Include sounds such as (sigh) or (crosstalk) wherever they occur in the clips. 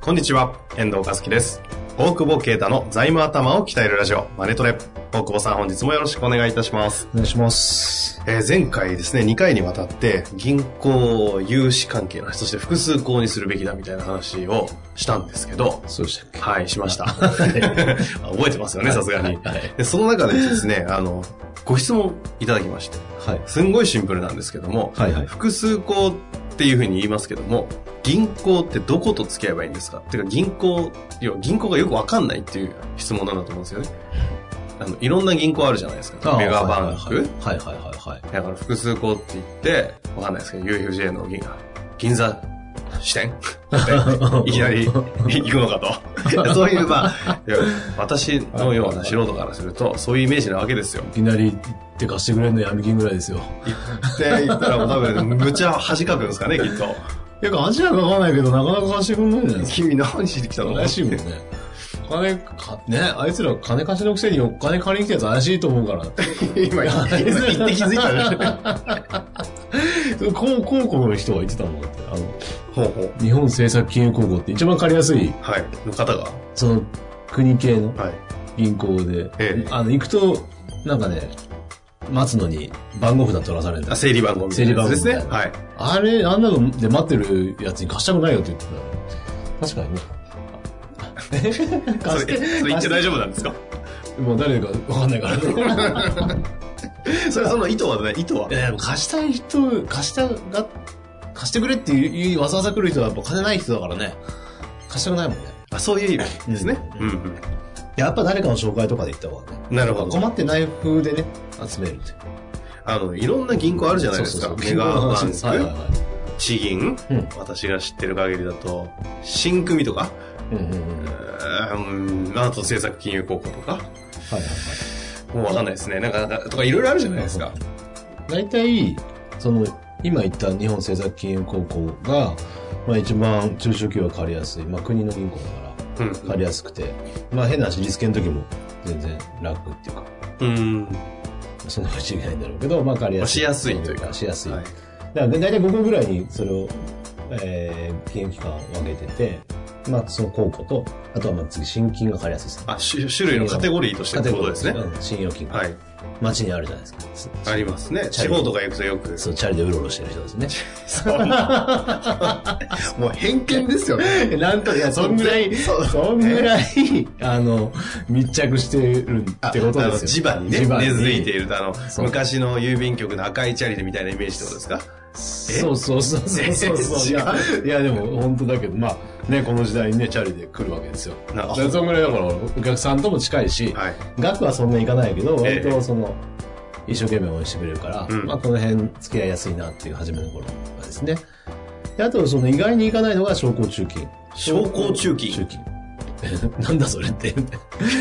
こんにちは、遠藤和樹です。大久保啓太の財務頭を鍛えるラジオ、マネトレ。大久保さん、本日もよろしくお願いいたします。お願いします。えー前回ですね、2回にわたって、銀行、融資関係の話、そして複数項にするべきだみたいな話をしたんですけど、そうでしたっけはい、しま (laughs) した。 (laughs) 覚えてますよね、さすがに。はい。で、その中でですね、あの、ご質問いただきまして、はい。すんごいシンプルなんですけども、はいはい複数項っていうふうに言いますけども、銀行ってどこと付き合えばいいんですかっていうか銀行、要は銀行がよくわかんないっていう質問なんだと思うんですよね。あの、いろんな銀行あるじゃないですか。メガバンク。はいはいはいはい。だから複数項って言って、わかんないですけど、UFJ の銀銀座支 (laughs) 店いきなり行くのか (laughs) と。そういう、まあ、いや私のような素人からすると、そういうイメージなわけですよ。いきなり行って貸してくれるのやる気ぐらいですよ。って言ったらもう多分、むちゃ恥かくんですかね、きっと。いや、恥はかかないけど、なかなか貸してくれないじゃないですか。君何しに来たの怪しいもんね。金か、ね、あいつら金貸しのくせにお金借りに来たやつ怪しいと思うから。 (laughs) 今言って言って気づいたね。 (laughs) 高高校の人が言ってたもんだって。あの、 (laughs) ほうほう。日本政策金融高校って一番借りやすい、はい。の方が。その、国系のはい。銀行で、ええあの、行くと、なんかね、待つのに番号札取らされるんだあ、整理番号みたいなやつですね。整理番号はい。あれ、あんなので待ってるやつに貸したくないよって言ってた。確かにね。貸そしれ、て、 (laughs) それ言っちゃ大丈夫なんですか夫もう誰かわかんな (laughs) いからね。。それ、その意図はね、意図はいや、でも貸したい人、貸したが、貸してくれっていうわざわざ来る人はやっぱ金ない人だからね。貸したくないもんね。あ、そういう意味ですね。うんうん。やっぱ誰かの紹介とかで行った方がね。なるほど。困ってない風でね、集めるって。あの、いろんな銀行あるじゃないですか。そうそうメそうガバンはいはいク、は地銀うん。私が知ってる限りだと、新組とか、い。うんうんうん。はいうーんあと政策金融高校とか、はいはい。もうわかんないですね。なんか、なんかとかいろいろあるじゃないですか。大体、その、今言った日本政策金融高校が、まあ一番中小企業は借りやすい。まあ国の銀行だからうん。借りやすくて、まあ変な話、リスケの時も全然楽っていうか、うん。そんなこと言えないんだろうけど、まあ借りやすい。まあしやすいというかしやすい。はいだから大体5個ぐらいにそれを、えー、金融機関を分けてて、まあその高校と、あとはまあ次、新金が借りやすいですね。あ、種種類のカテゴリーとしてってことですね。うん信用金庫。はい。街にあるじゃないですか。ありますね。チャ地リ方とか行くとよく。そう、チャリでうろうろしてる人ですね。そんな (laughs) もう偏見ですよね。 (laughs) なんと、いや、そんぐらい、そうそんぐらい、 (laughs) あの、密着してるってことあでのすよ。地場にね、地場に根付いていると、あの、そう昔の郵便局の赤いチャリでみたいなイメージってことですかそうそうそうそうそ (laughs) うそう。いえや、いやでも本当だけど、まあ、ね、この時代にね、チャリで来るわけですよ。なだからそんぐらいだから、お客さんとも近いし、はい。 (laughs) 額はそんなにいかないけど、ええ割とその、一生懸命応援してくれるから、うんまあこの辺付き合いやすいなっていう初めの頃はですね。であと、その意外にいかないのが商工中金。商工中金商工中金 (laughs) なんだそれって。い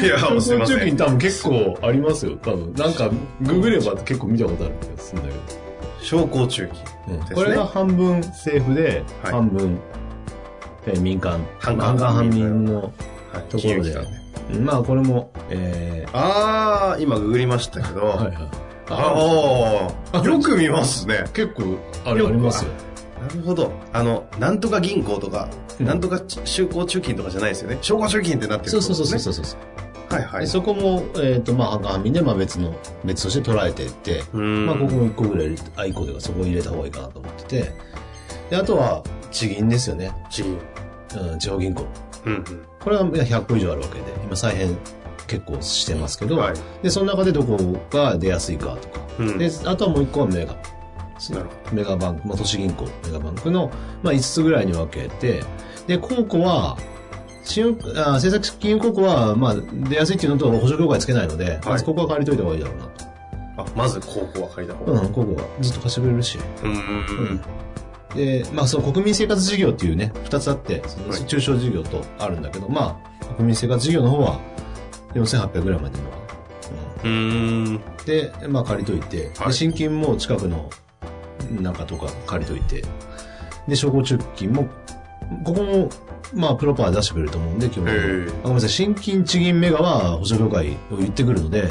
や、もうすい商工ませ中金ん。多分結構ありますよ。多分。なんか、ググれば結構見たことある気がするんだ商工中けど。金。これが、半分政府で、はい半分、えー民間。半官半官半民の。はいところで金融機関ねまあこれも、えあー、今ググりましたけど、ー、はいはい。ああ、よく見ますね。結構あれありますよ。なるほど。あの、なんとか銀行とか、うんなんとか商工中金とかじゃないですよね。商工中金ってなってるそうそうそうそうう。そうそう。はいはい。そこも、えっ、と、まあ、半官半民で、まあ、別の、別として捉えていって、うーんまあ、ここも一個ぐらい入れ、あ、一個というか、そこを入れた方がいいかなと思ってて、で、あとは、地銀ですよね。地銀。うん、地方銀行。うんこれは100個以上あるわけで、今、再編結構してますけうど、ん。はい。で、その中でどこが出やすいかとか、うん。で、あとはもう一個はメガ。なるほメガバンク、まあ、都市銀行、メガバンクの、まあ、5つぐらいに分けて、で、高校は、信用あ政策金融高校は、まあ、出やすいっていうのと、補助業界つけないので、まずここは借りといた方がいいだろうなど。と。あ、まず高校は借りた方うが。ん、ここはずっと貸してくれるし。うん。うんうんで、まあ、その国民生活事業っていうね、二つあって、そのはい中小事業とあるんだけど、まあ、国民生活事業の方は、4800ぐらいまでのは、うーん。うんで、まあ、借りといて、はでい新金も近くの、なんかとか借りといて、で、商工中金も、ここも、まあ、プロパー出してくれると思うんで、基本ええ的にあごめんなさい、新金地銀メガは保証業界を言ってくるので、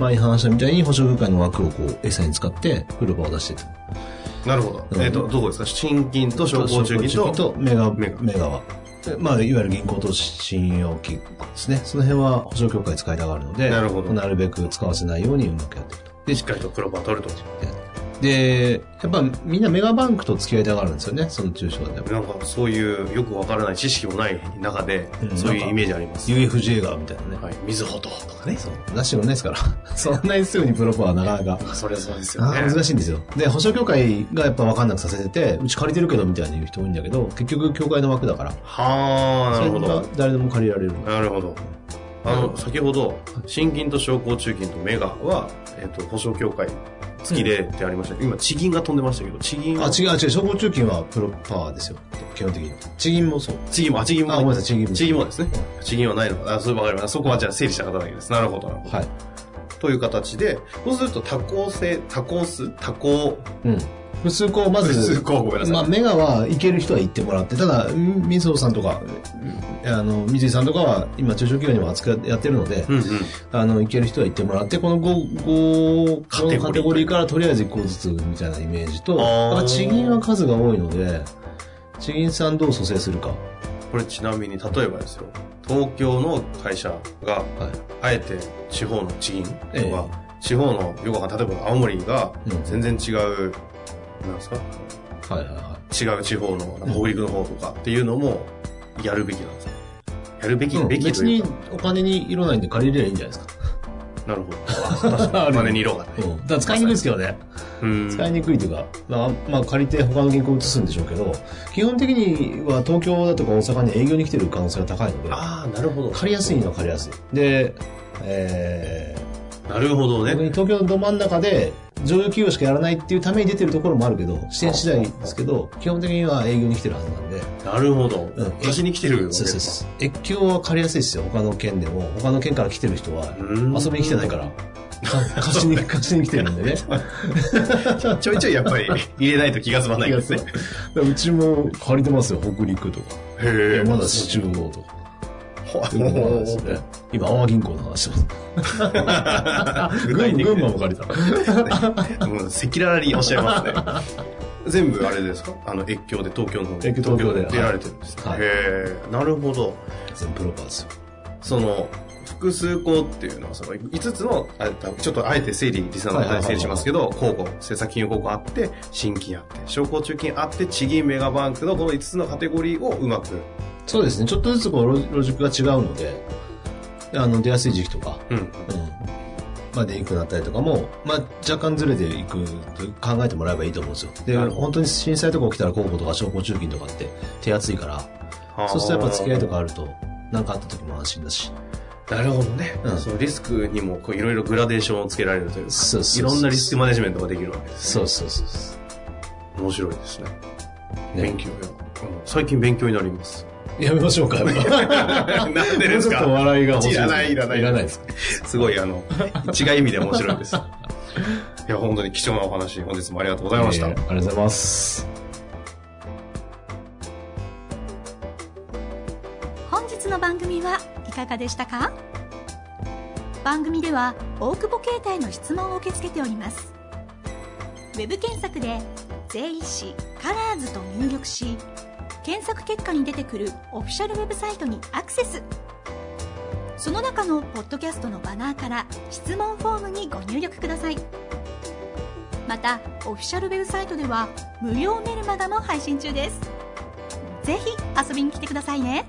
前に話したみたいに保証業界の枠をこう、餌に使って、プロパーを出していく。なるほど。うんえっ、と、どこですか新金と商工中金商工と。メガ、メメガガは。でまあ、いわゆる銀行と信用金庫ですね。その辺は保証協会使いたがるので、なるほどなるべく使わせないようにうまくやっていくと。しっかりと黒パー取ると。で、やっぱみんなメガバンクと付き合いたがるんですよね、その中小でも。なんかそういうよくわからない知識もない中で、うんそういなんうかイメージあります。 UFJ がみたいなね。はい。みずほととかね。そなしもないですから。 (laughs) そんなにすぐにプロパはなかなか。それはそうですよあね。ー難しいんですよ。で、保証協会がやっぱ分かんなくさせてて、うち借りてるけどみたいに言う人多いんだけど、結局協会の枠だから、はあ、なるほそれどが。誰でも借りられるの。なるほど。あの、先ほど、新金と商工中金とメガは、えっ、と、保証協会付きでってありましたけど、今、地銀が飛んでましたけど、地銀あ、う。違う違う、商工中金はプロパワーですよ。基本的に。地銀もそう。地銀も、あ、地銀も。あ、ごめんなさい、地銀も。地銀もですね。地銀はないのかな。あそう、わかります。そこはじゃあ整理した方だけです。なるほど、なるほど。はい。という形で、そうすると多項性、多項数、多項、うん。普通こう、ま普通ず、項、ごめんなまさあ、い。メガは行ける人は行ってもらって、ただ、んみそさんとか、あの、水井さんとかは、今、中小企業にも扱いやってるので、うんうん。あの、行ける人は行ってもらって、この5、5、カテゴリーカテゴリーからとりあえず1個ずつみたいなイメージと、あーあと地銀は数が多いので、地銀さんどう蘇生するか。はこれちなみに、例えばですよ、東京の会社が、い。あえて地方の地銀とか、ええ地方の、よくわかんない例えば青森がう全ん然違う、なんですかはいはいは違う地方の、なんか北陸の方とかっていうのもやるべきなんですね。やるべき、い。うんべき別といにうか。お金に色ないんで借りれりゃいいんじゃないですか。なるほど。確かにお (laughs) 金に色がない。うん。だから使いにくいですけどね。うん。使いにくいというか、まあ、まあ、借りて他の銀行移すんでしょうけど、基本的には東京だとか大阪に営業に来てる可能性が高いので、ああ、なるほど。借りやすいのは借りやすい。で、えー、なるほど逆ね。に東京のど真ん中で上場企業しかやらないっていうために出てるところもあるけど視点次第ですけど基本的には営業に来てるはずなんでなるほどうん。貸しに来てるわけそうでそうすそう越境は借りやすいですよ他の県でも他の県から来てる人はうん遊びに来てないからか貸しに貸しに来てるんで (laughs) ねか。ちょいちょいやっぱ (laughs) り入れないと気が済まないですね。うちも借りてますよ北陸とかへえ。山 (laughs) 梨中央とかほそういうところなんですね今青銀行 (laughs) の話してます具体的群に群馬も借りたもう赤裸々におっしゃいますね。全部あれですかあの、越境で東京の方に越境東京で出られてるんですね。はいへえ。なるほど。全部プロパーですよその、複数項っていうのは、その、5つの、あちょっとあえて整理、リスナーの方に整理しますけど、広告、政策金融広告あって、新金あって、商工中金あって、地銀メガバンクのこの5つのカテゴリーをうまく、そうですねちょっとずつこうロジロジックが違うのであの出やすい時期とかうん。うんまでいくなったりとかも、まあ、若干ずれていくと考えてもらえばいいと思うんですよ。で、なるほど本当に震災とか起きたら広報とか商工中金とかって手厚いから、そうするとやっぱ付き合いとかあると、なんかあった時も安心だし。なるほどね。うんそのリスクにもこういろいろグラデーションをつけられるというか、そうそうそういろんなリスクマネジメントができるわけです、ね。そうそうそうそ面白いですね。ね勉強よ。うん最近勉強になります。う。やめましょう (laughs) か。なんでもでうすちょっとか笑いが欲しいです。いらないいらないいらないです。 (laughs) すごいあの、 (laughs) 違う意味で面白いです。いや、本当に貴重なお話、本日もありがとうございました。えーありがとうございます。本日の番組はいかがでしたか番組では大久保携帯の質問を受け付けておりますウェブ検索で「税理士カラーズと入力し検索結果に出てくるオフィシャルウェブサイトにアクセスその中のポッドキャストのバナーから質問フォームにご入力くださいまたオフィシャルウェブサイトでは無料メルマガも配信中ですぜひ遊びに来てくださいね